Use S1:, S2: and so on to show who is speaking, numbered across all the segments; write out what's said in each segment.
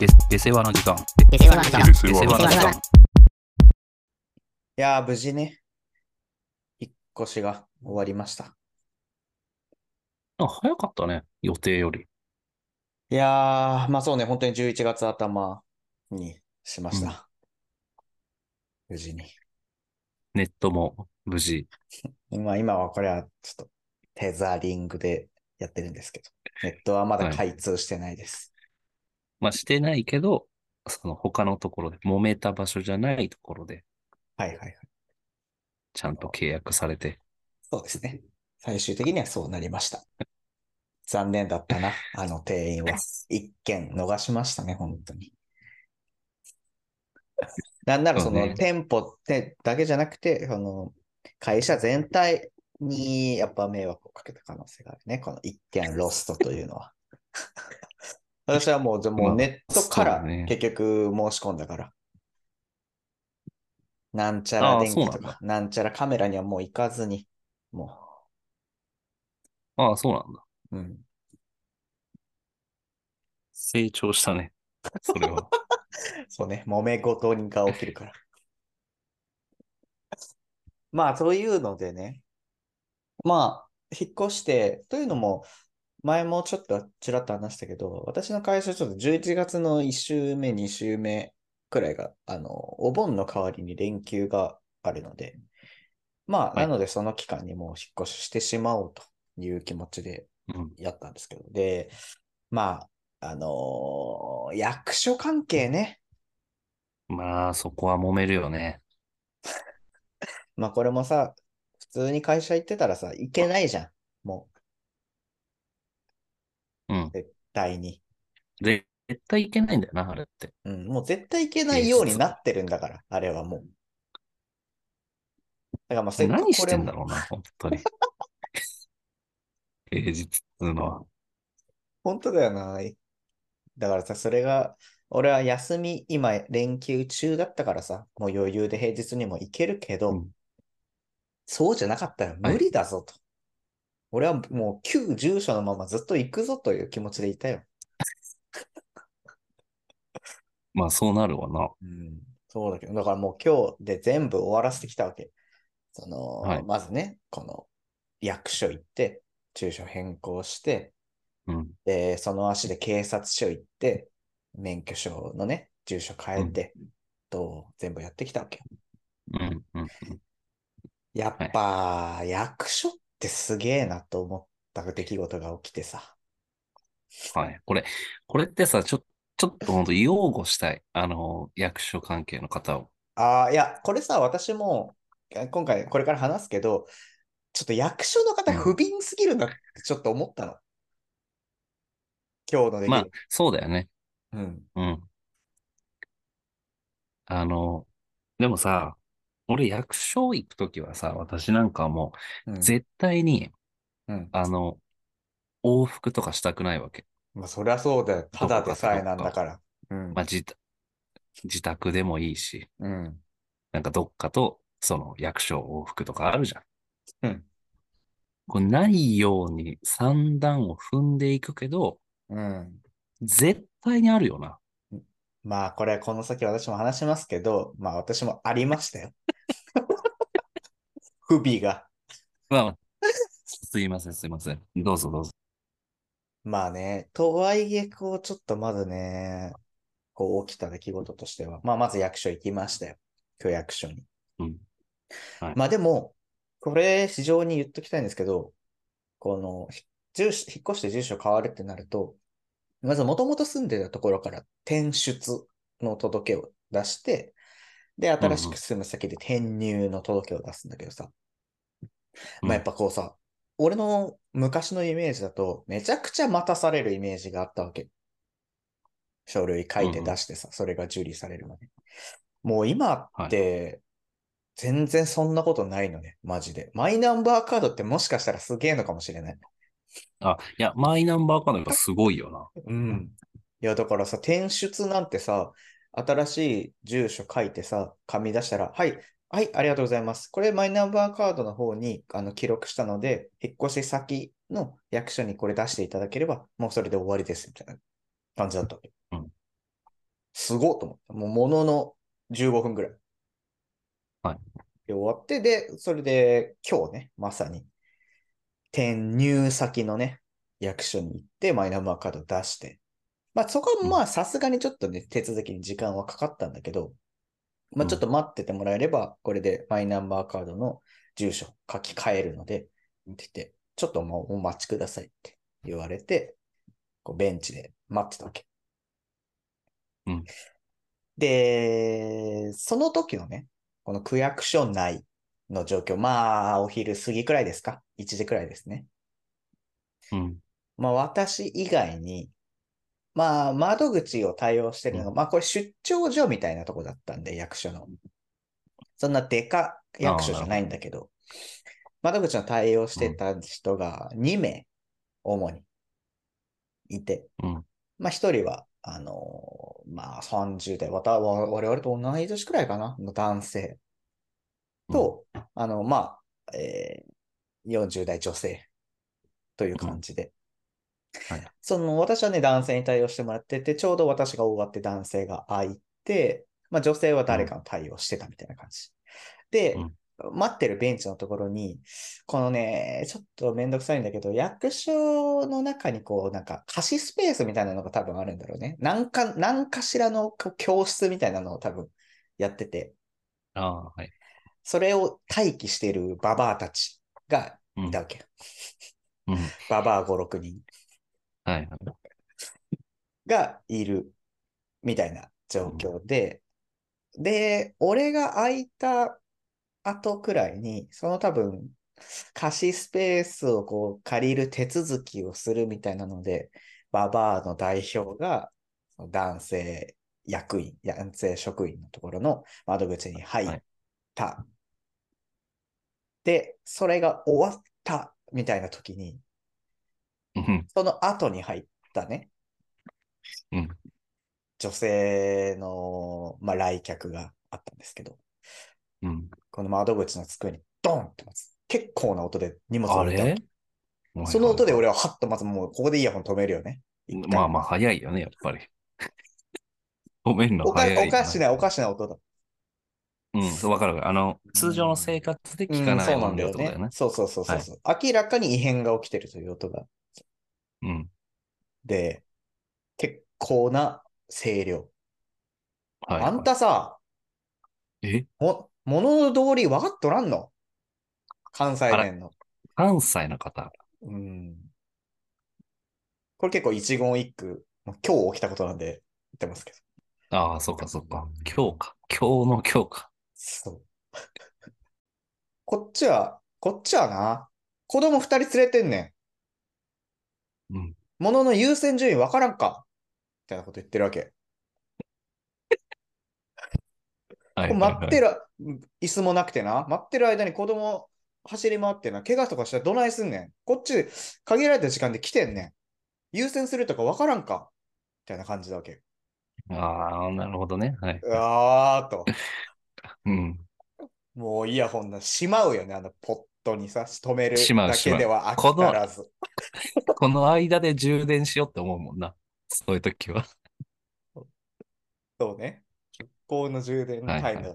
S1: で、で世話の時間。
S2: で世話の時間
S1: で世話の時間。
S3: いやー、無事ね、引っ越しが終わりました。
S1: あ、早かったね。予定より。
S3: いやー、まあそうね、本当に11月頭にしました。無事に。
S1: ネットも無事。
S3: 今、今はこれはちょっとテザリングでやってるんですけど、ネットはまだ
S1: はい
S3: 開通してないです。
S1: まあ、してないけど、その他のところで、揉めた場所じゃないところで、
S3: はい、はいはい。
S1: ちゃんと契約されて。
S3: そうですね。最終的にはそうなりました。残念だったな、あの 店員は。一件逃しましたね、本当に。なんならそ
S1: そう
S3: の
S1: ね
S3: 店舗ってだけじゃなくて、その会社全体にやっぱ迷惑をかけた可能性があるね、この一件ロストというのは。 私はもうじゃあも
S1: ま
S3: う
S1: あ
S3: ネットから
S1: そうね
S3: 結局申し込んだから。なんちゃら
S1: ああ
S3: 電気と
S1: そうなん
S3: か、なんちゃらカメラにはもう行かずに、も
S1: ああ、そうなんだ。
S3: う、うん、
S1: 成長したね。それは。
S3: そうね、揉め事が起きるから。 まあ、そういうのでね。まあ、引っ越して、というのも、前もちょっとちらっと話したけど、私の会社、ちょっと11月の1週目、2週目くらいが、あの、お盆の代わりに連休があるので、まあ、
S1: はい
S3: なのでその期間にもう引っ越ししてしまおうという気持ちで
S1: うん。
S3: やったんですけど、で、まあ、あのー役所関係ね、
S1: まあ、そこは揉めるよね。
S3: まあこれもさ、普通に会社行ってたらさ、行けないじゃん。もう、
S1: うん。
S3: 第に。
S1: で絶対いけないんだよな、あれって。
S3: うん、もう絶対行けないようになってるんだから、あれはもう。だからまあせっかく
S1: 何し
S3: こ
S1: て
S3: れ
S1: んだ
S3: も、
S1: ろうな、本当に。 平日っていうのは。
S3: 本当だよな。だからさ、それが、俺は休み、今、連休中だったからさ、もう余裕で平日にも行けるけど、
S1: うん
S3: そうじゃなかったら無理だぞと。俺はもう旧住所のままずっと行くぞという気持ちでいたよ。
S1: まあ、そうなるわな。
S3: うん、そうだけど、だからもう今日で全部終わらせてきたわけ。その、
S1: はい
S3: まずね、この役所行って、住所変更して、
S1: うん。
S3: で、その足で警察署行って、免許証のね、住所変えて、と、全部やってきたわけ。
S1: うん。うん。
S3: やっぱ、役所ってすげえなと思った出来事が起きてさ。
S1: はい。これ、これってさ、ちょ、ちょっと本当擁護したい。あの、役所関係の方を。
S3: ああ、いや、これさ、私も、今回これから話すけど、ちょっと役所の方
S1: うん
S3: 不憫すぎるなってちょっと思ったの。今日の出来
S1: まあ、そうだよね。
S3: うん。
S1: うん。あの、でもさ、俺役所行くときはさ、私なんかはも
S3: うん
S1: う、絶対に、
S3: うん。
S1: あの、往復とかしたくないわけ。
S3: まあ、そりゃそうだよ。ただでさえなんだから。うん
S1: まあ、自、自宅でもいいし。
S3: うん。
S1: なんかどっかと、その役所往復とかあるじゃん。
S3: うん。
S1: これないように三段を踏んでいくけど、
S3: うん。
S1: 絶対にあるよな。
S3: まあ、これ、この先私も話しますけど、まあ、私もありましたよ。 不備が。
S1: まあ、すいません、すいません。どうぞどうぞ。
S3: まあね、とはいえ、こう、ちょっとまずね、こう、起きた出来事としては、まあ、まず役所行きましたよ。今日役所に。
S1: うん。はい
S3: まあでも、これ、非常に言っときたいんですけど、この、ひ住所、引っ越して住所変わるってなると、まず、もともと住んでたところから転出の届けを出して、で、新しく住む先で転入の届けを出すんだけどさ、
S1: うん
S3: まあやっぱこうさ、俺の昔のイメージだと、めちゃくちゃ待たされるイメージがあったわけ。書類書いて出してさ、それが受理されるまで。もう今って、全然そんなことないのね、マジで。マイナンバーカードってもしかしたらすげえのかもしれない。
S1: あ、いや、マイナンバーカードやっぱすごいよな。
S3: うん。いや、だからさ、転出なんてさ、新しい住所書いてさ、紙出したら、はい、はい、ありがとうございます。これ、マイナンバーカードの方にあの記録したので、引っ越し先の役所にこれ出していただければ、もうそれで終わりです、みたいな感じだったわけ。
S1: うん
S3: すごっと思った。もうものの15分ぐらい。
S1: はい。
S3: で、終わって、で、それで今日ね、まさに、転入先のね、役所に行って、マイナンバーカード出して。まあそこはまあさすがにちょっとね、手続きに時間はかかったんだけど、
S1: う
S3: まあ
S1: ん
S3: ちょっと待っててもらえれば、これでマイナンバーカードの住所書き換えるので、って言って、ちょっともうお待ちくださいって言われて、こうベンチで待ってたわけ。
S1: うん
S3: で、その時のね、この区役所内の状況、まあ、お昼過ぎくらいですか ?1 時くらいですね。
S1: うん。
S3: まあ、私以外に、まあ、窓口を対応してるのが、
S1: う
S3: まあ、これ出張所みたいなとこだったんで、役所の。そんなでか役所じゃないんだけど、窓口の対応してた人が2名、主に、いて、
S1: うん
S3: まあ、1人は、あのーまあ、30代、わたわ我々と同い年くらいかな、の男性と、あの、まあ、えー40代女性という感じで、その私はね、男性に対応してもらってて、ちょうど私が終わって男性が空いて、まあ、女性は誰かの対応してたみたいな感じ。で、
S1: うん
S3: 待ってるベンチのところに、このね、ちょっとめんどくさいんだけど、役所の中にこう、なんか貸しスペースみたいなのが多分あるんだろうね。なんか、なんかしらのこう教室みたいなのを多分やってて、
S1: ああ、はい。
S3: それを待機しているババアたちが
S1: うん
S3: いたわけ。
S1: うん。はい
S3: ババア5、6人。
S1: はい。
S3: がいるみたいな状況で、で、俺が空いた後くらいに、その多分、貸しスペースをこう借りる手続きをするみたいなので、ババアの代表がその男性役員、男性職員のところの窓口に入った。で、それが終わったみたいな時に、
S1: うん。
S3: その後に入ったね、
S1: うん
S3: 女性の、まあ、来客があったんですけど、
S1: うん。
S3: この窓口の机にドンってまず、結構な音で荷物を
S1: あ
S3: 置いたわ
S1: れ
S3: けその音で俺ははっとまずもうここでイヤホン止めるよね。一回
S1: まあまあ、早いよね、やっぱり。 ごめんの
S3: おか
S1: 早いな。
S3: おかしな、おかしな音だ。
S1: うん、そうわかるわかる。あの、通常の生活で聞か
S3: うん
S1: ない
S3: そうなん
S1: 音
S3: だ
S1: 量っ
S3: よ
S1: てことだよ
S3: ね
S1: ね。。
S3: そうそうそうそうそう。明らかに異変が起きてるという音が。
S1: うん。
S3: で、結構な声量。
S1: はい。
S3: あんたさ、
S1: え
S3: も、物の通り分かっとらんの関西弁の。
S1: 関西の方。
S3: うん。これ結構一言一句、もう今日起きたことなんで言ってますけど。
S1: ああ、そうかそうか。今日か。今日の今日か。
S3: そう。 こっちは、こっちはな、子供二人連れてんねん。
S1: うん。
S3: 物の優先順位分からんかみたいなこと言ってるわけ。
S1: はいはいはい
S3: 待ってる、椅子もなくてな、待ってる間に子供走り回ってな、怪我とかしたらどないすんねん。こっち、限られた時間で来てんねん。優先するとか分からんかみたいな感じだわけ。
S1: ああ、なるほどね。はい。
S3: うわーっと。
S1: うん。
S3: もうイヤホンのしまうよね、あのポットにさ、止める
S1: しまう
S3: だけでは
S1: しま
S3: 飽
S1: う
S3: き足らず。
S1: この間で充電しようって思うもんな。そういう時は。
S3: そうね。結構の充電のタイム
S1: はい
S3: だ。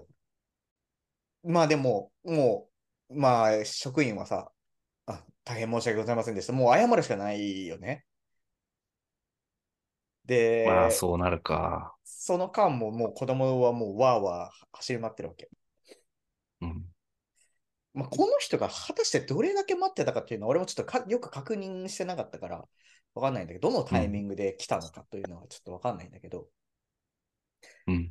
S3: まあでも、もう、まあ職員はさ、あ、大変申し訳ございませんでした。もう謝るしかないよね。で、
S1: まあ、そうなるか。
S3: その間ももう子供はもうわーわー走り回ってるわけ。
S1: うん。
S3: まあ、この人が果たしてどれだけ待ってたかっていうのは、俺もちょっとかよく確認してなかったから、わかんないんだけど、どのタイミングで来たのかというのはちょっとわかんないんだけど、
S1: うん。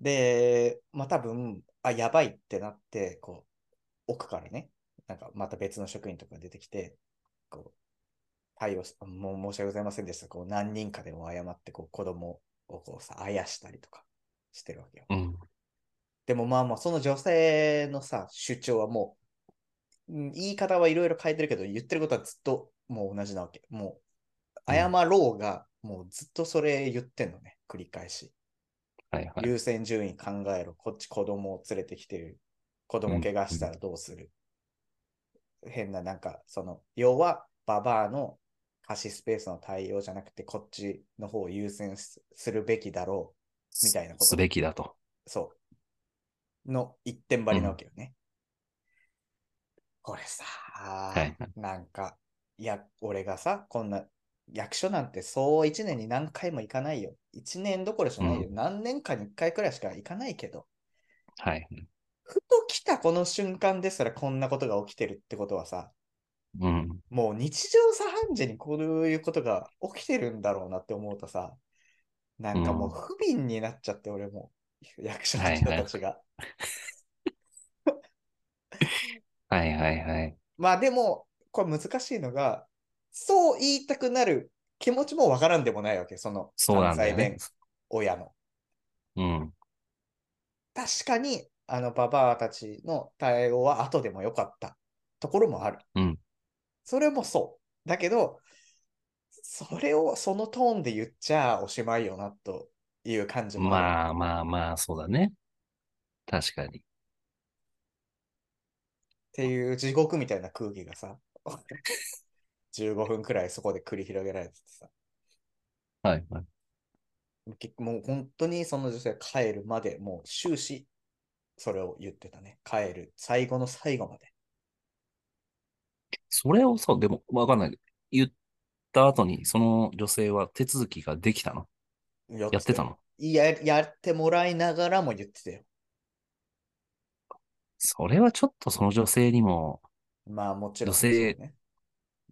S3: で、まあ多分、あ、やばいってなって、こう、奥からね、なんかまた別の職員とか出てきて、こう、対応し、もう申し訳ございませんでした。こう、何人かでも謝って、こう、子供をこうさ、あやしたりとかしてるわけよ。
S1: うん。
S3: でもまあまあ、その女性のさ、主張はもう、うん言い方はいろいろ変えてるけど、言ってることはずっともう同じなわけ。もう、
S1: うん
S3: 謝ろうが、もうずっとそれ言ってんのね、繰り返し。
S1: はいはい。
S3: 優先順位考えろ、こっち子供を連れてきてる。子
S1: う
S3: 供
S1: ん
S3: 怪我したらどうする。変な、なんか、その、要は、ババアの貸しスペースの対応じゃなくて、こっちの方を優先すするべきだろみたいなこと
S1: すべきだと。
S3: そう。の一点張りなわけよね。これさ、
S1: はい。
S3: なんか、いや、俺がさ、こんな、役所なんてそう一年に何回も行かないよ。一年どころじゃないよ。何年かに一回くらいしか行かないけど、
S1: はい。
S3: ふと来たこの瞬間ですらこんなことが起きてるってことはさ、
S1: うん。
S3: もう日常茶飯事にこういうことが起きてるんだろうなって思うとさ、なんかもう
S1: うん
S3: 不憫になっちゃって、俺も、役所の人 たちが。
S1: はいはいはい。
S3: まあでも、これ難しいのが、そう言いたくなる気持ちもわからんでもないわけ、その
S1: そうなんだよ
S3: 関西
S1: ね
S3: 弁。親の。
S1: うん。
S3: 確かに、あのババアたちの対応は後でもよかったところもある。
S1: うん
S3: それもそう。だけど、それをそのトーンで言っちゃおしまいよなという感じもある。
S1: まあまあまあ、そうだね。確かに。
S3: っていう地獄みたいな空気がさ、15分くらいそこで繰り広げられててさ、
S1: はいはい。
S3: 結もう本当にその女性は帰るまでもう終始それを言ってたね。帰る最後の最後まで。
S1: それをさ、でも、わかんない。言った後に、その女性は手続きができたの
S3: や
S1: やってたの
S3: いややってもらいながらも言ってたよ。
S1: それはちょっとその女性にも、
S3: まあもちろん、
S1: 女性
S3: そうね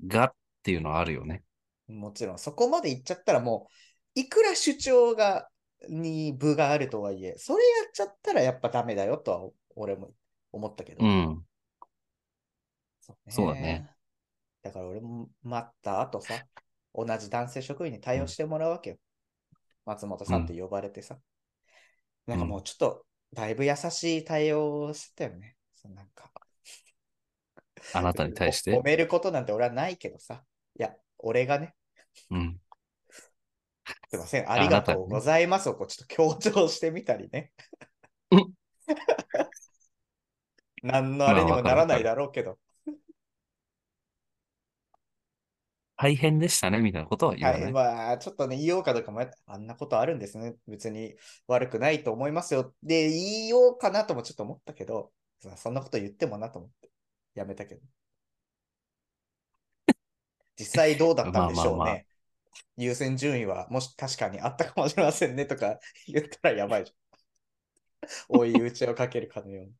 S1: がっていうのはあるよね。
S3: もちろんそこまで行っちゃったらもういくら主張がに部があるとはいえ、それやっちゃったらやっぱダメだよとは俺も思ったけど。
S1: うん。
S3: そう
S1: そうだね。
S3: だから俺も待った後さ、同じ男性職員に対応してもらうわけよ。松本さんって呼ばれてさ。なんかもうちょっと、だいぶ優しい対応をしてたよね。そうなんか
S1: あなたに対して
S3: ほ褒。めることなんて俺はないけどさ。いや、俺がね、
S1: うん。
S3: すいません、ありがとうございますをこうちょっと強調してみたりね
S1: うん。
S3: 何のあれにもならないだろうけど。
S1: 大変でしたね、みたいなことは言わ
S3: は
S1: ない。
S3: い、まあ、ちょっとね、言おうかどうかも、あんなことあるんですね。別に悪くないと思いますよ。で、言いようかなともちょっと思ったけど、そそんなこと言ってもなと思って、やめたけど。 実際どうだったんでしょ
S1: ま
S3: うね。
S1: あまあまあ
S3: 優先順位は、もし確かにあったかもしれませんねとか言ったらやばいじ ゃん。追い打ちをかけるかのように。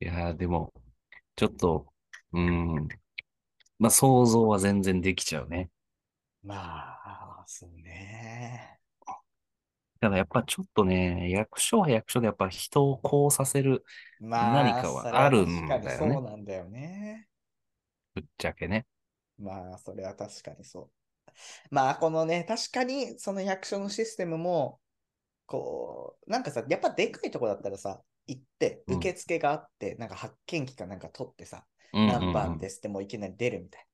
S1: いやー、でも、ちょっと、うーん。まあ、想像は全然できちゃうね。
S3: まあ、そうね。
S1: ただやっぱちょっとね、役所は役所でやっぱ人をこうさせる、
S3: まあ、
S1: 何かはあるんだよね
S3: それは確かにそうなんだよね。
S1: ぶっちゃけね。
S3: まあ、それは確かにそう。まあ、このね、確かにその役所のシステムも、こう、なんかさ、やっぱでかいとこだったらさ、行って、
S1: うん
S3: 受付があって、なんか発見機かなんか取ってさ、
S1: うんうんうん
S3: 何番ですってもういきなり出るみたい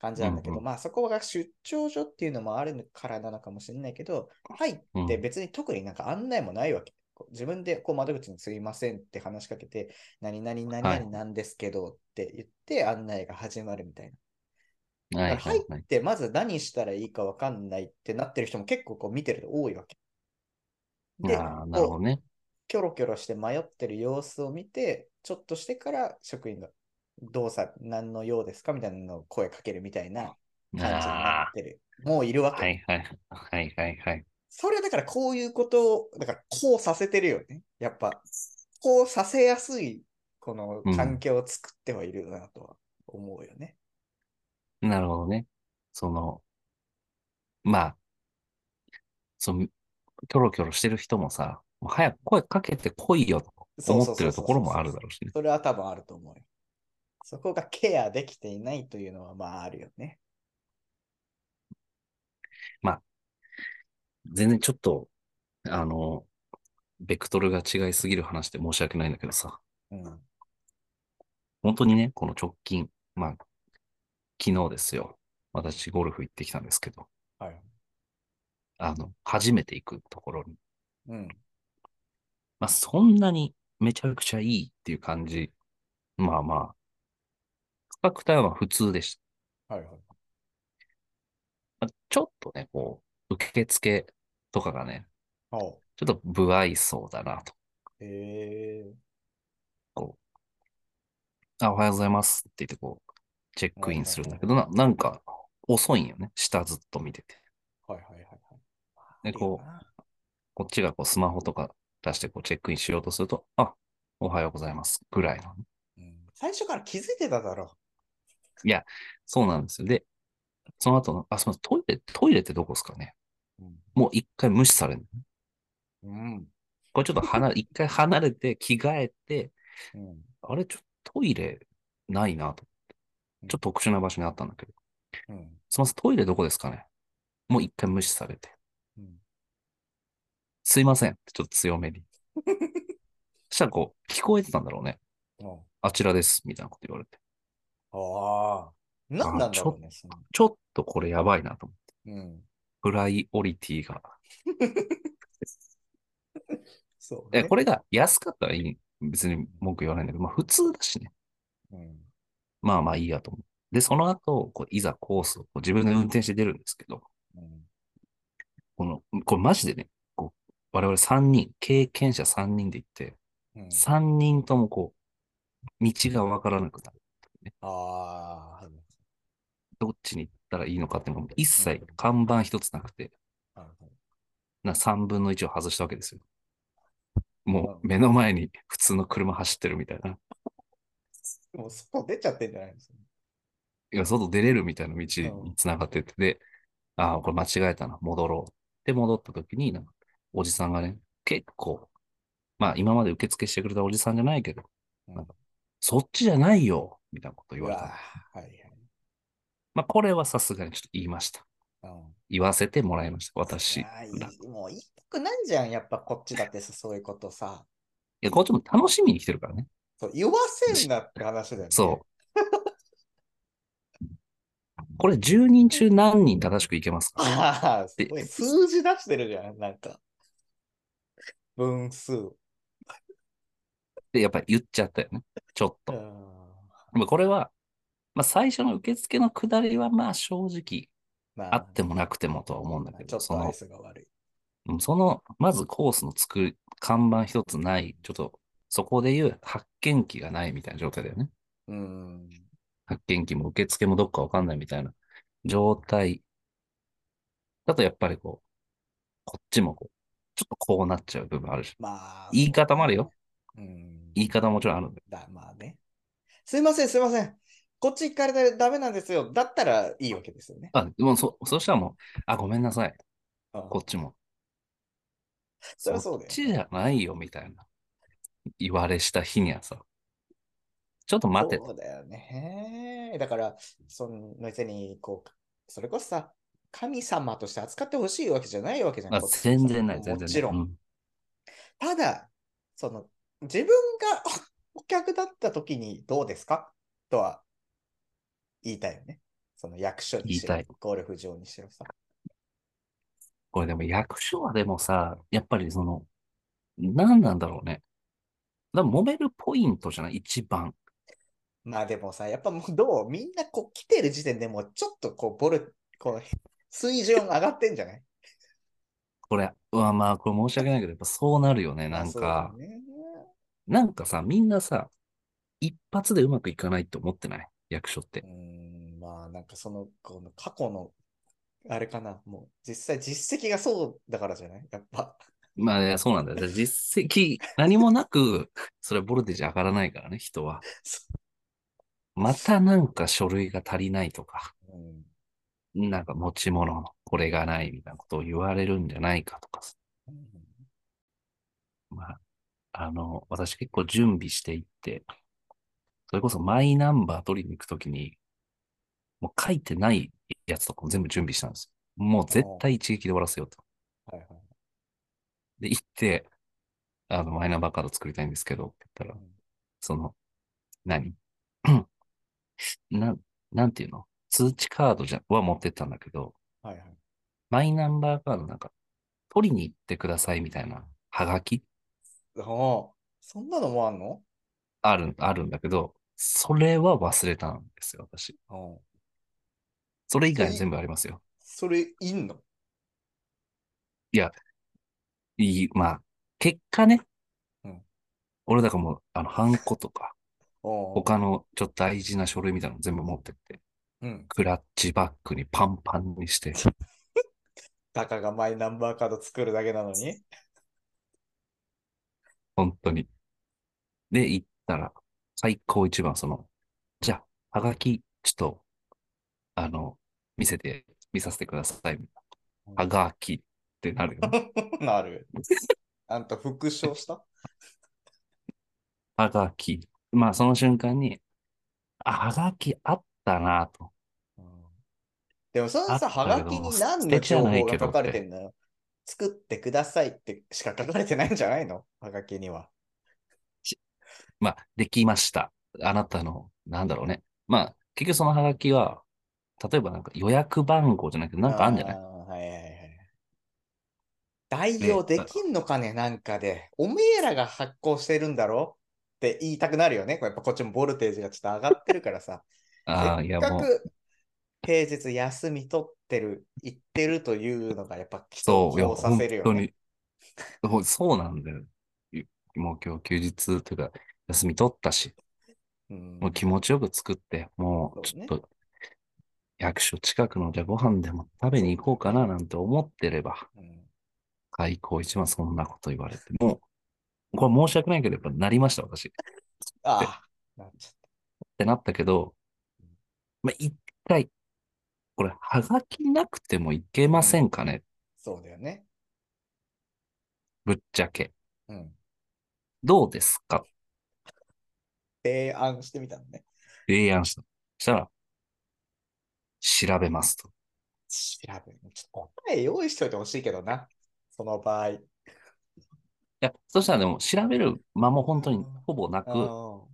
S3: な感じなんだけど、
S1: うんう
S3: まあそこが出張所っていうのもあるからなのかもしれないけど、入って別に特になんか案内もないわけ。こう自分でこう窓口にすいませんって話しかけて、何々何
S1: は
S3: 々
S1: い
S3: なんですけどって言って案内が始まるみたいな。
S1: はいはい
S3: 入
S1: はい
S3: っ。てまず何したらいいか分かんないってなってる人も結構こう見てると多いわけ。で、
S1: ああ、なるほ
S3: こ
S1: ど
S3: う
S1: ね。
S3: キョロキョロして迷ってる様子を見て、ちょっとしてから職員がどうさ、何の用ですかみたいなのを声かけるみたいな感じにな
S1: あ
S3: ってる。もういるわ
S1: あ、
S3: け。
S1: はいはい。はいはいはい。
S3: それはだからこういうことを、だからこうさせてるよね。やっぱ、こうさせやすい、この環境を作ってはいるなとは思うよね。
S1: なるほどね。その、まあ、その、キョロキョロしてる人もさ、もう早く声かけてこいよと
S3: そう
S1: 思
S3: そうそうそう
S1: ってるところもあるだろうしね。
S3: それは多分あると思うよ。そこがケアできていないというのはまああるよね。
S1: 全然ちょっと、あの、ベクトルが違いすぎる話で申し訳ないんだけどさ、
S3: うん。
S1: 本当にね、この直近、まあ、昨日ですよ。私、ゴルフ行ってきたんですけど、
S3: はい。
S1: あの、初めて行くところに、
S3: うん。
S1: まあ、そんなにめちゃくちゃいいっていう感じ。まあまあ、価格帯は普通でし
S3: はいはい。
S1: た。まあ、ちょっとね、こう、受けつけとかがね、
S3: は
S1: ちょっと不愛想だなと。
S3: い。へえ。
S1: あ、おはようございますって言ってこう、チェックインするんだけどな、なんか遅いんよね。下ずっと見てて。
S3: はいはいはいは
S1: で、
S3: い。
S1: こう、
S3: う。
S1: こっちがこうスマホとか出してこうチェックインしようとすると、あ、おはようございますぐらいのね。
S3: うん最初から気づいてただろ
S1: そうなんですよ。で、その後の、あ、すみません、トイレ、トイレってどこですかね
S3: う。
S1: もう一回無視されるのね。
S3: うん。
S1: これちょっと 離れ、一回離れて着替えて、
S3: うん。
S1: あれ、ちょっとトイレないなと。ちょっと特殊な場所にあったんだけど、
S3: うん。
S1: すみません、トイレどこですかねもう一回無視されて。
S3: うん。
S1: すいません。ちょっと強めに。 そしたらこう、聞こえてたんだろうね。
S3: うん
S1: あちらです。みたいなこと言われて。
S3: ああ。何なんだろうね。その
S1: ちょっとこれやばいなと思って。
S3: うん。
S1: プライオリティが。
S3: そう、
S1: い
S3: ね。
S1: やこれが安かったらいい。別に文句言わないんだけど、まあ普通だしね。
S3: うん。
S1: まあまあいいやと思う。で、その後、こういざコースをこう自分で運転して出るんですけど、
S3: うん。
S1: この、これマジでね、こう我々3人、経験者3人で行って、
S3: うん、
S1: 3人ともこう、道がわからなくなる。
S3: ああ。
S1: どっちに行ったらいいのかっていうのも一切看板一つなくて、
S3: はいはい
S1: な3分の1を外したわけですよ。もう目の前に普通の車走ってるみたいな。
S3: もう外出ちゃってんじゃないんですか。
S1: いや、外出れるみたいな道につながってて、で、ああ、これ間違えたな、戻ろう。で、戻った時に、なんか、おじさんがね、結構、まあ、今まで受付してくれたおじさんじゃないけど、
S3: うん
S1: なんかそっちじゃないよみたいなこと言われた。
S3: うわーはい
S1: まあ、これはさすがにちょっと言いました。
S3: はい。うん
S1: 言わせてもらいました、私。
S3: い
S1: い
S3: やーいいもう言いたくないじゃん、やっぱこっちだってさ、そういうことさ。
S1: や、こっちも楽しみに来てるからね。
S3: そう言わせんなって話だよね。
S1: そう。これ10人中何人正しくいけますか
S3: ああ、すごい。数字出してるじゃん、なんか。分数。
S1: で、やっぱり言っちゃったよね。ちょっと
S3: う。ん
S1: まあ、これは、まあ、最初の受付の下りは、まあ、正直、
S3: ま
S1: あってもなくてもとは思うんだけ
S3: ち
S1: ど、
S3: ょっ
S1: そ
S3: とア
S1: の
S3: イ、スが悪い。
S1: うんその、まずコースの作る、看板一つない、ちょっと、そこでいう発見機がないみたいな状態だよね。
S3: うん。
S1: 発見機も受付もどっかわかんないみたいな状態だと、やっぱりこう、こっちもこう、ちょっとこうなっちゃう部分あるし、
S3: まあ。
S1: 言い方もあるよ。
S3: うん。
S1: 言い方ももちろんあるんだよ。
S3: だ、まあね。すいません、すいません。こっち行かれたらダメなんですよ。だったらいいわけですよね。
S1: あ、でもそ、そしたらもう、あ、ごめんなさい。
S3: うん
S1: こっちも。
S3: そりゃそうだ
S1: っ
S3: よ。
S1: ちじゃないよ、みたいな。言われした日にはさ、ちょっと待てと。
S3: そうだよね。だから、その別に、こう、それこそさ、神様として扱ってほしいわけじゃないわけじゃん。
S1: あ
S3: こっちもさ
S1: 全然ない、全然ない。
S3: もちろん。
S1: うん
S3: ただ、その、自分がお客だった時にどうですかとは言いたいよね。その役所にしろ
S1: 言い、
S3: ゴルフ場にしろさ。
S1: これでも役所はでもさ、やっぱりその、何なんだろうね。だから揉めるポイントじゃない一番。
S3: まあでもさ、やっぱもうどうみんなこう来てる時点でもうちょっとこうボル、こう水準上がってんじゃない
S1: これ、うわ、まあ、これ申し訳ないけど、やっぱそうなるよね。なん
S3: まあ
S1: か、
S3: そうだね
S1: なんかさ、みんなさ、一発でうまくいかないって思ってない役所って
S3: う。ん、まあなんかその、この過去の、あれかな、もう実際実績がそうだからじゃないやっぱ。
S1: まあ、いやそうなんだよ。実績、何もなく、それはボルテージ上がらないからね、人は。
S3: そ
S1: またなんか書類が足りないとか、
S3: うん、
S1: なんか持ち物のこれがないみたいなことを言われるんじゃないかとかさ。
S3: うん
S1: まあ、あの、私結構準備していって、それこそマイナンバー取りに行くときに、もう書いてないやつとかも全部準備したんですよ。もう絶対一撃で終わらせようと。
S3: はいはい。
S1: で、行って、あの、マイナンバーカード作りたいんですけど、って言ったら
S3: うん、
S1: その、何 なん、なんていうの通知カードじゃは持ってったんだけど、
S3: はいはい。
S1: マイナンバーカードなんか、取りに行ってくださいみたいな、はがき
S3: ああ、そんなのもあんの
S1: ある、あるんだけど、それは忘れたんですよ、私。
S3: うん。
S1: それ以外全部ありますよ。
S3: それいんの
S1: いい、まあ、結果ね。
S3: うん
S1: 俺だからもう、あの、ハンコとか、
S3: おー
S1: 他のちょっと大事な書類みたいなの全部持ってって、
S3: うん。
S1: クラッチバッグにパンパンにして、
S3: たかがマイナンバーカード作るだけなのに。
S1: 本当に。で、行ったら、最高一番、その、じゃあ、はがき、ちょっと、あの、見せて、見させてください。はがきってなるよね、
S3: なる。 あんた復唱した
S1: はがき。まあ、その瞬間に、あ、はがきあったなぁと。
S3: でもそのさ、
S1: あった
S3: は
S1: けど
S3: がきに何の情報が書かれてんのよ。作ってくださいってしか書かれてないんじゃないのはがきには。
S1: まあ、できました。あなたの、なんだろうね。まあ、結局そのはがきは、例えばなんか予約番号じゃなくて、なんかあるんじゃない
S3: ーはいはいはい。代用できんのかね、なんかで。おめえらが発行してるんだろって言いたくなるよね。これやっぱこっちもボルテージがちょっと上がってるからさ。
S1: ああ、い
S3: せっ
S1: や
S3: か
S1: もう、
S3: く平日休み取ってる、行ってるというのがやっぱ基礎
S1: そ
S3: を
S1: う、いや、
S3: こうさ
S1: 本
S3: せるよ
S1: 当
S3: ね。
S1: に。そうそうなんだよ。いもう今日休日というか、休み取ったし、
S3: うん
S1: もう気持ちよく作って、もうちょっと、役所近くのじゃあご飯でも食べに行こうかななんて思ってれば、
S3: うん
S1: 開口一番そんなこと言われて、もう、これ申し訳ないけど、やっぱなりました、私。っ
S3: ああ、なっちゃった。
S1: てなったけど、まあ、一回、これ、はがきなくてもいけませんかね、
S3: そうだよね。
S1: ぶっちゃけ。
S3: うん。
S1: どうですか
S3: 提案してみたのね。
S1: 提案した。したら、調べますと。
S3: 調べる。ちょっと答え用意しといてほしいけどな。その場合。
S1: いや、そしたらでも、調べる間も本当
S3: う
S1: に
S3: ん
S1: ほぼなく、
S3: うん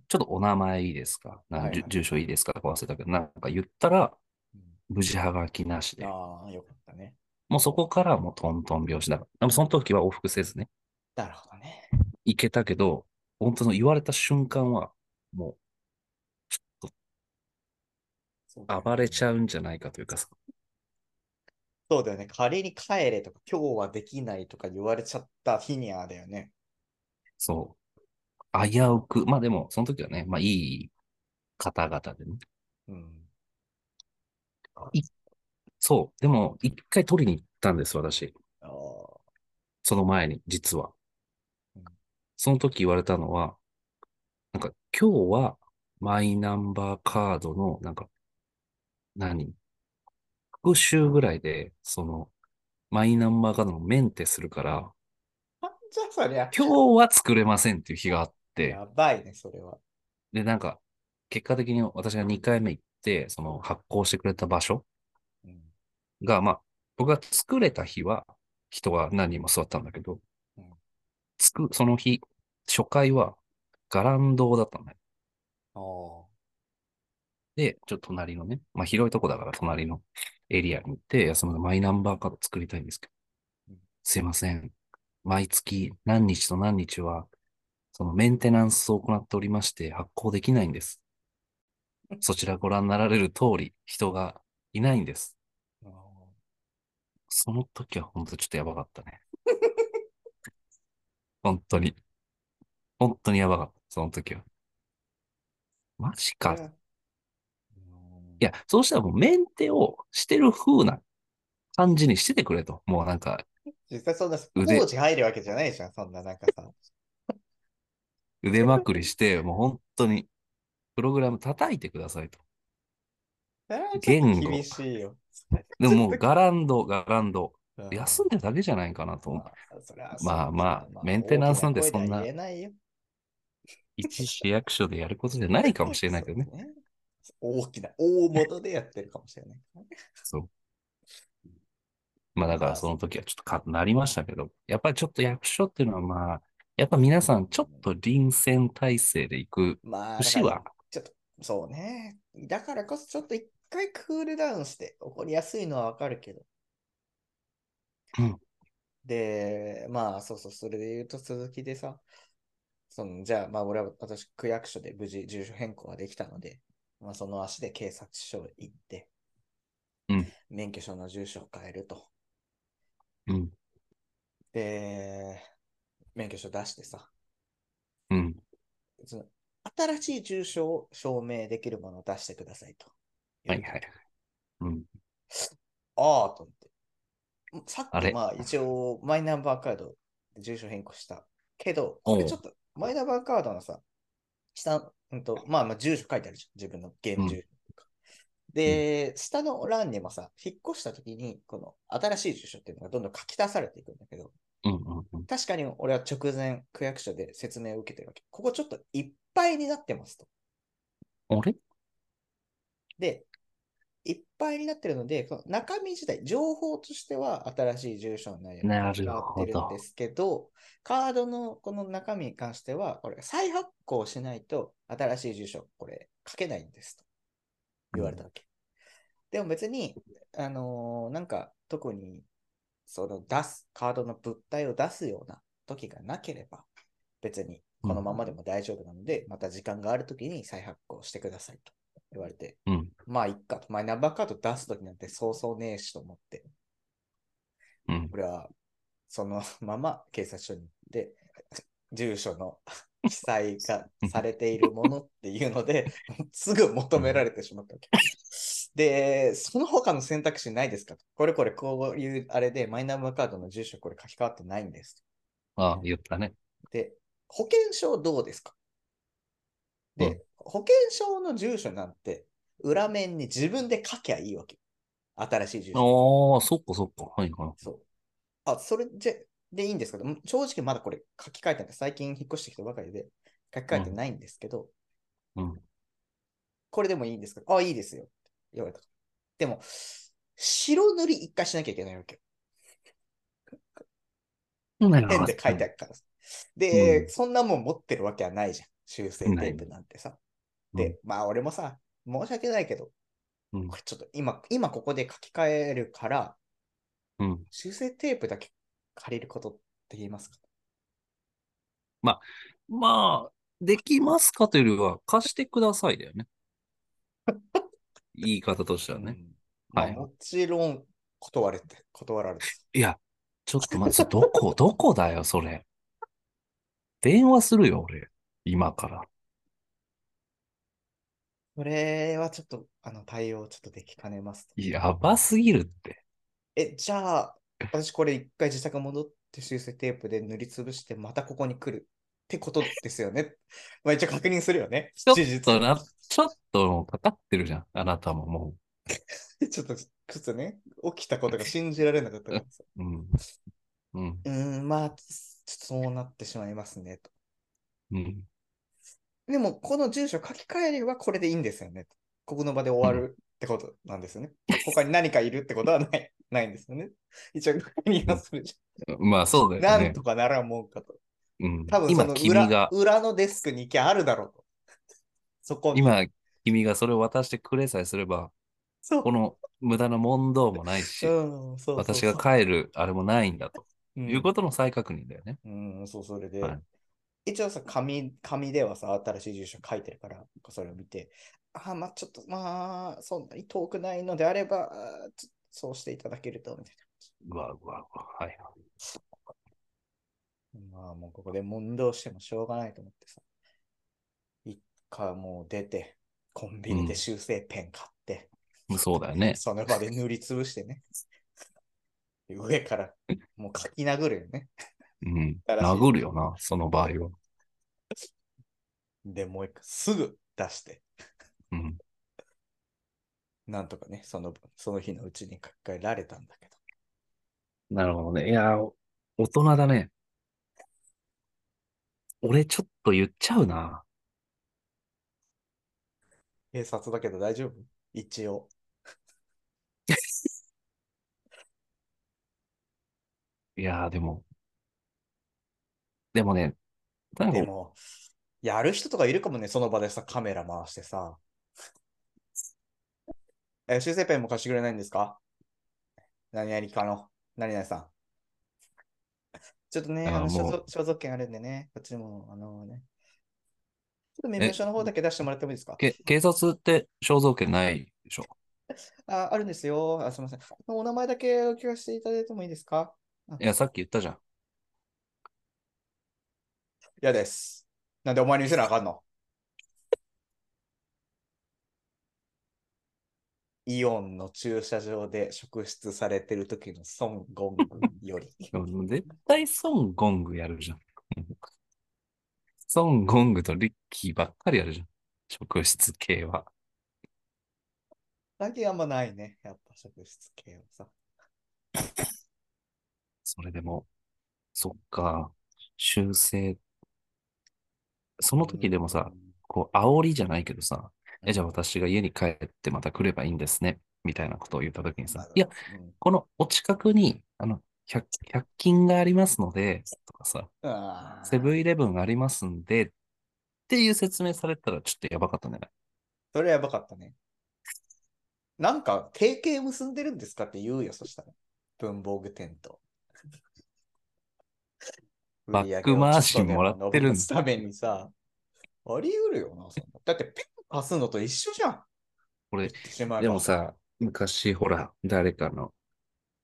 S1: ちょっとお名前いいですかなんか
S3: はいはい
S1: 住住所いいですかとか忘れたけど、なんか言ったら、
S3: うん
S1: 無事はがきなしで。
S3: ああ、よかったね。も
S1: もうそこからはもうトントン拍子だから。でもその時は往復せずね、
S3: なるほどね。
S1: 行けたけど、本当の言われた瞬間は、も
S3: そうだよ
S1: う
S3: ね
S1: 暴れちゃうんじゃないかというかさ。
S3: そうだよね。仮に帰れとか、今日はできないとか言われちゃった日にゃーだよね。
S1: そう。危うく。まあでも、その時はね、まあいい方々でね。
S3: うん。
S1: そう。でも、一回取りに行ったんです、私。
S3: ああ。
S1: その前に、実は
S3: うん。
S1: その時言われたのは、なんか、今日はマイナンバーカードの、なんか、何復習ぐらいで、その、マイナンバーカードのメンテするから、
S3: なんじゃそりゃ。
S1: 今日は作れませんっていう日があって、
S3: やばいね、それは。
S1: で、なんか、結果的に私が2回目行って、その発行してくれた場所
S3: うん。
S1: が、まあ、僕が作れた日は、人が何人も座ったんだけど
S3: うん、
S1: つく、その日、初回は、ガランドだったのね。
S3: ああ。
S1: で、ちょっと隣のね、まあ広いとこだから隣のエリアに行って、いやそのマイナンバーカード作りたいんですけ
S3: うん
S1: ど、すいません。毎月何日と何日は、そのメンテナンスを行っておりまして発行できないん です。そちらご覧になられる通り、人がいないんです。
S3: ああ
S1: その時は本当ちょっとやばかったね。本当に。本当にやばかった。その時は。マジか。
S3: うん
S1: いや、そうしたらもうメンテをしてる風な感じにしててくれと。もうなんか、
S3: 実際そんな
S1: 腕
S3: 工事入るわけじゃないじゃん、そんななんかさ。
S1: 腕まくり して、もう本当に、プログラム叩いてくださいと。
S3: それはちょっと
S1: 言語
S3: 厳しいよ。
S1: でももうガランド、ガランド。
S3: うん
S1: 休んでるだけじゃないかなと思う。
S3: あそれはそう
S1: まあまあ
S3: ま
S1: メンテナンスなんて
S3: 大き声
S1: そんな
S3: は言えないよ。
S1: 一市役所でやることじゃないかもしれないけどね。
S3: そうね。大きな、大元でやってるかもしれない。
S1: そう。まあだからその時はちょっとカッとなりましたけど、やっぱりちょっと役所っていうのはまあ、やっぱ皆さんちょっと臨戦態勢で行く
S3: まあ、だか
S1: 節
S3: ら
S1: は、
S3: ちょっと、そうね。だからこそちょっと一回クールダウンして、起こりやすいのはわかるけど。
S1: うん
S3: で、まあ、そうそう、それで言うと続きでさ、そのじゃあ、まあ、俺は、私、区役所で無事住所変更ができたので、まあ、その足で警察署へ行って、
S1: うん
S3: 免許証の住所を変えると。
S1: うん
S3: で、免許証出してさ、
S1: うん。
S3: その新しい住所を証明できるものを出してくださいと。
S1: はいはいはい。うん。
S3: ああ、と思って。さ
S1: あ
S3: っき、
S1: れ
S3: まあ、一応、マイナンバーカードで住所変更した。けど、
S1: おう
S3: これちょっと、マイナンバーカードのさ、下、うんと、まあまあ、住所書いてあるじゃん。自分のゲーム住所とか。で、下の欄にもさ、引っ越した時に、この新しい住所っていうのがどんどん書き足されていくんだけど、
S1: うんうんうん。
S3: 確かに俺は直前、区役所で説明を受けてるわけ。ここちょっといっぱいになってますと。
S1: あれ
S3: で、いっぱいになってるので、その中身自体、情報としては新しい住所になり変
S1: な
S3: わっ
S1: るほ
S3: てるん
S1: ど
S3: で。すけど、カードのこの中身に関しては、これ再発行しないと新しい住所、これ書けないんですと言われたわけ。でも別に、あのーなんか特にその出す、カードの物体を出すような時がなければ、別にこのままでも大丈夫なので、また時間がある時に再発行してくださいと言われて、
S1: うん。
S3: まあ、いっかと。マイナンバーカード出すときなんてそうそうねえしと思って、
S1: うん。
S3: 俺はその まま警察署に行って、 住所 の記載がされているものっていうので、 すぐ求められてしまったわけ。で、その他の選択肢ないですかとこれこれこういうあれでマイナンバーカードの住所これ書き換わってないんです。
S1: ああ、言ったね。
S3: で、保険証どうですかで、
S1: うん
S3: 保険証の住所なんて裏面に自分で書きゃいいわけ。新しい住所。
S1: ああ、そっかそっか。はいはい。
S3: そう。あ、それで、でいいんですけど、ん正直まだこれ書き換えてない。最近引っ越してきたばかりで、書き換えてないんですけど、
S1: うん。
S3: これでもいいんですかあ、いいですよ。って言われた。でも、白塗り一回しなきゃいけないわけ。ペンで書いてあるから。で、
S1: うん
S3: そんなもん持ってるわけはないじゃん。修正テープなんてさ。
S1: ない
S3: で、まあ俺もさ、申し訳ないけど、
S1: うん
S3: これちょっと今、今ここで書き換えるから、
S1: うん。
S3: 修正テープだけ借りることって言いますか
S1: まあ、できますかというよりは、貸してくださいだよ ね。言い方としてはね。
S3: うんまあ
S1: はい
S3: もちろん断れて、断られて。
S1: いや、ちょっと待って、どこ、どこだよ、それ。電話するよ、俺。今から。
S3: これはちょっと、あの、対応ちょっとできかねますと。
S1: やばすぎるって。
S3: え、じゃあ、私これ一回自宅戻って修正テープで塗りつぶして、またここに来るってことですよね。 まあ一応確認するよね。
S1: ちょ
S3: 事
S1: っ
S3: 実
S1: と
S3: を。
S1: な、ちょっともうかかってるじゃん。あなたもも
S3: ちょっと、ちょっとね、起きたことが信じられなかったから さ。
S1: う。うん。うん。
S3: うーん、まあ、ちょっとそうなってしまいますね、と。
S1: うん。
S3: でも、この住所書き換えればこれでいいんですよね。ここの場で終わるってことなんですよね。他に何かいるってことはない、 ないんですよね。一応、確認はするじ
S1: まあ、そう
S3: ゃん。
S1: だよ
S3: なん
S1: ね。
S3: とかならんもんかと。
S1: うん
S3: 多分そ
S1: 今、
S3: の
S1: 君
S3: 裏
S1: が、
S3: 裏のデスクに行きゃあるだろうと。そこに。
S1: 今、君がそれを渡してくれさえすれば、
S3: そう。
S1: この無駄な問答もないし、
S3: うん、そうそう
S1: 私
S3: そう
S1: が帰るあれもないんだと
S3: うん
S1: いうことの再確認だよね。
S3: うん、そう、それで。
S1: はい
S3: 一応さ、紙、紙ではさ、新しい住所書いてるから、それを見て、ああ、まあちょっと、まあ、そんなに遠くないのであれば、あーちょそうしていただけると、みたいう
S1: わうわうわ。はい。
S3: な。まあ、もうここで問答してもしょうがないと思ってさ、一回もう出て、コンビニで修正ペン買って、
S1: そうだよね。
S3: その場で塗りつぶしてね、上からもう書き殴るよね。
S1: うん。
S3: だから
S1: 殴るよな、その場合は。
S3: で、もう一回すぐ出して、
S1: うん。
S3: なんとかね、その、その日のうちに書き換えられたんだけど。
S1: なるほどね。いや、お大人だね。俺ちょっと言っちゃうな。
S3: 警察だけど大丈夫一応。
S1: いや、でも。でもね、なん
S3: で
S1: か、
S3: も、やる人とかいるかもね、その場でさ、カメラ回してさ。え、修正ペンも貸してくれないんですか何々かの、何々さん。ちょっとね、
S1: あー
S3: あの所
S1: もう
S3: 属所属権あるんでね、こっちでも、あのね。ちょっと身
S1: え
S3: 分証の方だけ出してもらってもいいですか
S1: け警察って肖像権ないでしょ。
S3: ああるんですよ。あすみません。お名前だけお聞かせていただいてもいいですか
S1: いや、さっき言ったじゃん。
S3: 嫌です。なんでお前に見せなあかんのイオンの駐車場で職質されてる時のソン・ゴングより。
S1: でも絶対ソン・ゴングやるじゃん。 ソン・ゴングとリッキーばっかりやるじゃん。職質系は。
S3: 最近あんまないね。やっぱ職質系はさ。
S1: それでも、そっか、修正。その時でもさ
S3: う、ん
S1: こう、煽りじゃないけどさ、
S3: うん
S1: え、じゃあ私が家に帰ってまた来ればいいんですね、みたいなことを言った時に
S3: な
S1: さ
S3: る、
S1: いや、
S3: ほどうん
S1: このお近くに、あの、100, 100均がありますので、とかさ、
S3: あー
S1: セブンイレブンありますんで、っていう説明されたらちょっとやばかったんじゃない
S3: それはやばかったね。なんか、提携結んでるんですかって言うよ、そしたら。文房具店と。
S1: バックマージンもらってるんだ
S3: 売り上げをちょっとでも伸ばすためにさ、あり得るよな、そんなだってペン貸すのと一緒じゃん。
S1: これ
S3: 言ってしまえば
S1: でも、さ、昔ほら、誰かの、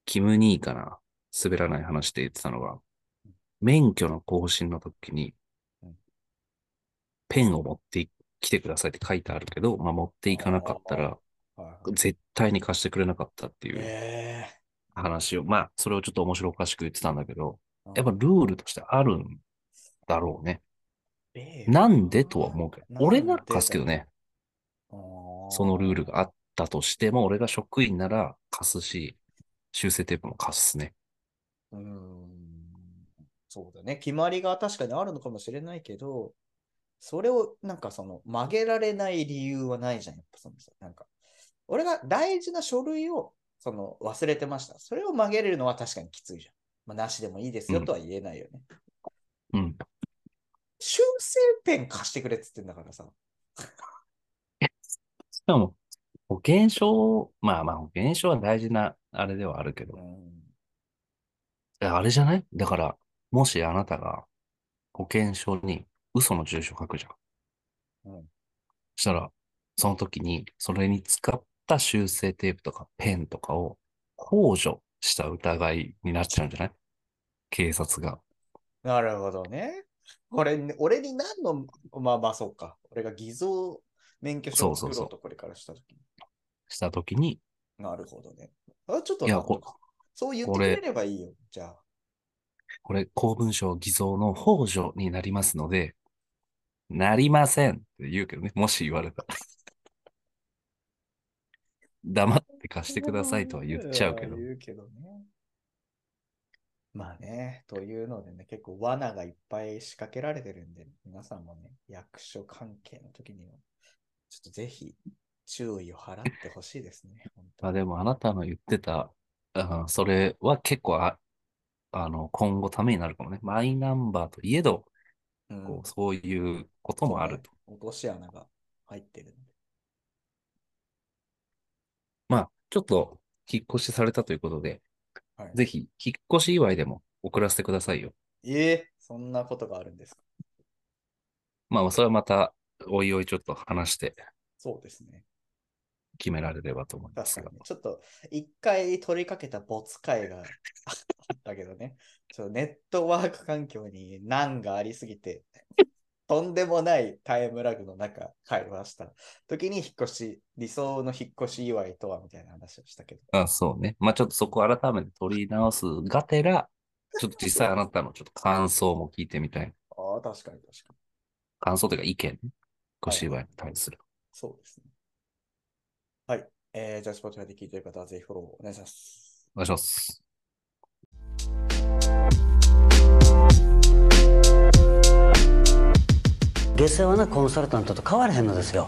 S1: キム兄かな、滑らない話で言ってたのが、免許の更新の時に
S3: うん、
S1: ペンを持ってきてくださいって書いてあるけど、まあ、持っていかなかったら、
S3: はいはい
S1: 絶対に貸してくれなかったっていう
S3: え
S1: 話を、まあ、それをちょっと面白おかしく言ってたんだけど、
S3: ー
S1: やっぱルールとしてあるんだろうね。
S3: えー
S1: なんでとは思うけど、
S3: なんで
S1: 俺なら貸すけどね、
S3: あー
S1: そのルールがあったとしても、俺が職員なら貸すし、修正テープも貸すね。
S3: うーんそうだね。決まりが確かにあるのかもしれないけど、それをなんかその曲げられない理由はないじゃん。やっぱそのさなんか、俺が大事な書類をその忘れてました。それを曲げれるのは確かにきついじゃん。まあ、なしでもいいですよとは言えないよね。
S1: うん。
S3: 修正ペン貸してくれっつってんだからさ。
S1: しかも、保険証、まあまあ保険証は大事なあれではあるけ
S3: う
S1: ど、
S3: ん
S1: えあれじゃないだから、もしあなたが保険証に嘘の住所書くじゃん。
S3: うん
S1: したら、その時に、それに使った修正テープとかペンとかを控除した疑いになっちゃうんじゃない警察が。
S3: なるほどね。俺に、俺に何の、まあまあそうか。俺が偽造免許証を
S1: そうそうそう
S3: 作ろうとこれからしたときに。
S1: した時に、
S3: なるほどね。あちょっと
S1: いや
S3: 納得
S1: こ
S3: そう言って
S1: こ
S3: く
S1: れ
S3: れればいいよ。じゃあ。
S1: これ公文書偽造の控除になりますので、なりませんって言うけどね、もし言われたら。 黙って貸してくださいとは言っちゃうけど。
S3: 言うけどね。まあね、というのでね、結構罠がいっぱい仕掛けられてるんで、皆さんもね、役所関係の時には、ちょっとぜひ注意を払ってほしいですね。 本当
S1: まあでもあなたの言ってた、うん、それは結構あ、あの、今後ためになるかもね。マイナンバーといえど、
S3: うん
S1: こう、そういうこともあると。
S3: そうね落とし穴が入ってるので。
S1: まあ、ちょっと引っ越しされたということで、
S3: はい
S1: ぜひ引っ越し祝いでも送らせてくださいよ。
S3: ええそんなことがあるんですか
S1: まあ、それはまた、おいおいちょっと話して
S3: そうですね。
S1: 決められればと思いま
S3: 確
S1: す
S3: か
S1: が
S3: に。。ちょっと、一回取りかけた没会があったけどね。ちょっとネットワーク環境に難がありすぎて、とんでもないタイムラグの中、会話した時に引っ越し、理想の引っ越し祝いとはみたいな話をしたけど。
S1: あ、そうね。まあ、ちょっとそこを改めて取り直すがてら、ちょっと実際あなたのちょっと感想も聞いてみたい。
S3: ああ、確かに確かに。
S1: 感想というか意見、ご芝居に対する。
S3: そうですね。はい。えー、じゃあ、Spotify で聞いてる方はぜひフォローお願いします。
S1: お願いします。
S2: 下世話なコンサルタントと変わらへんのですよ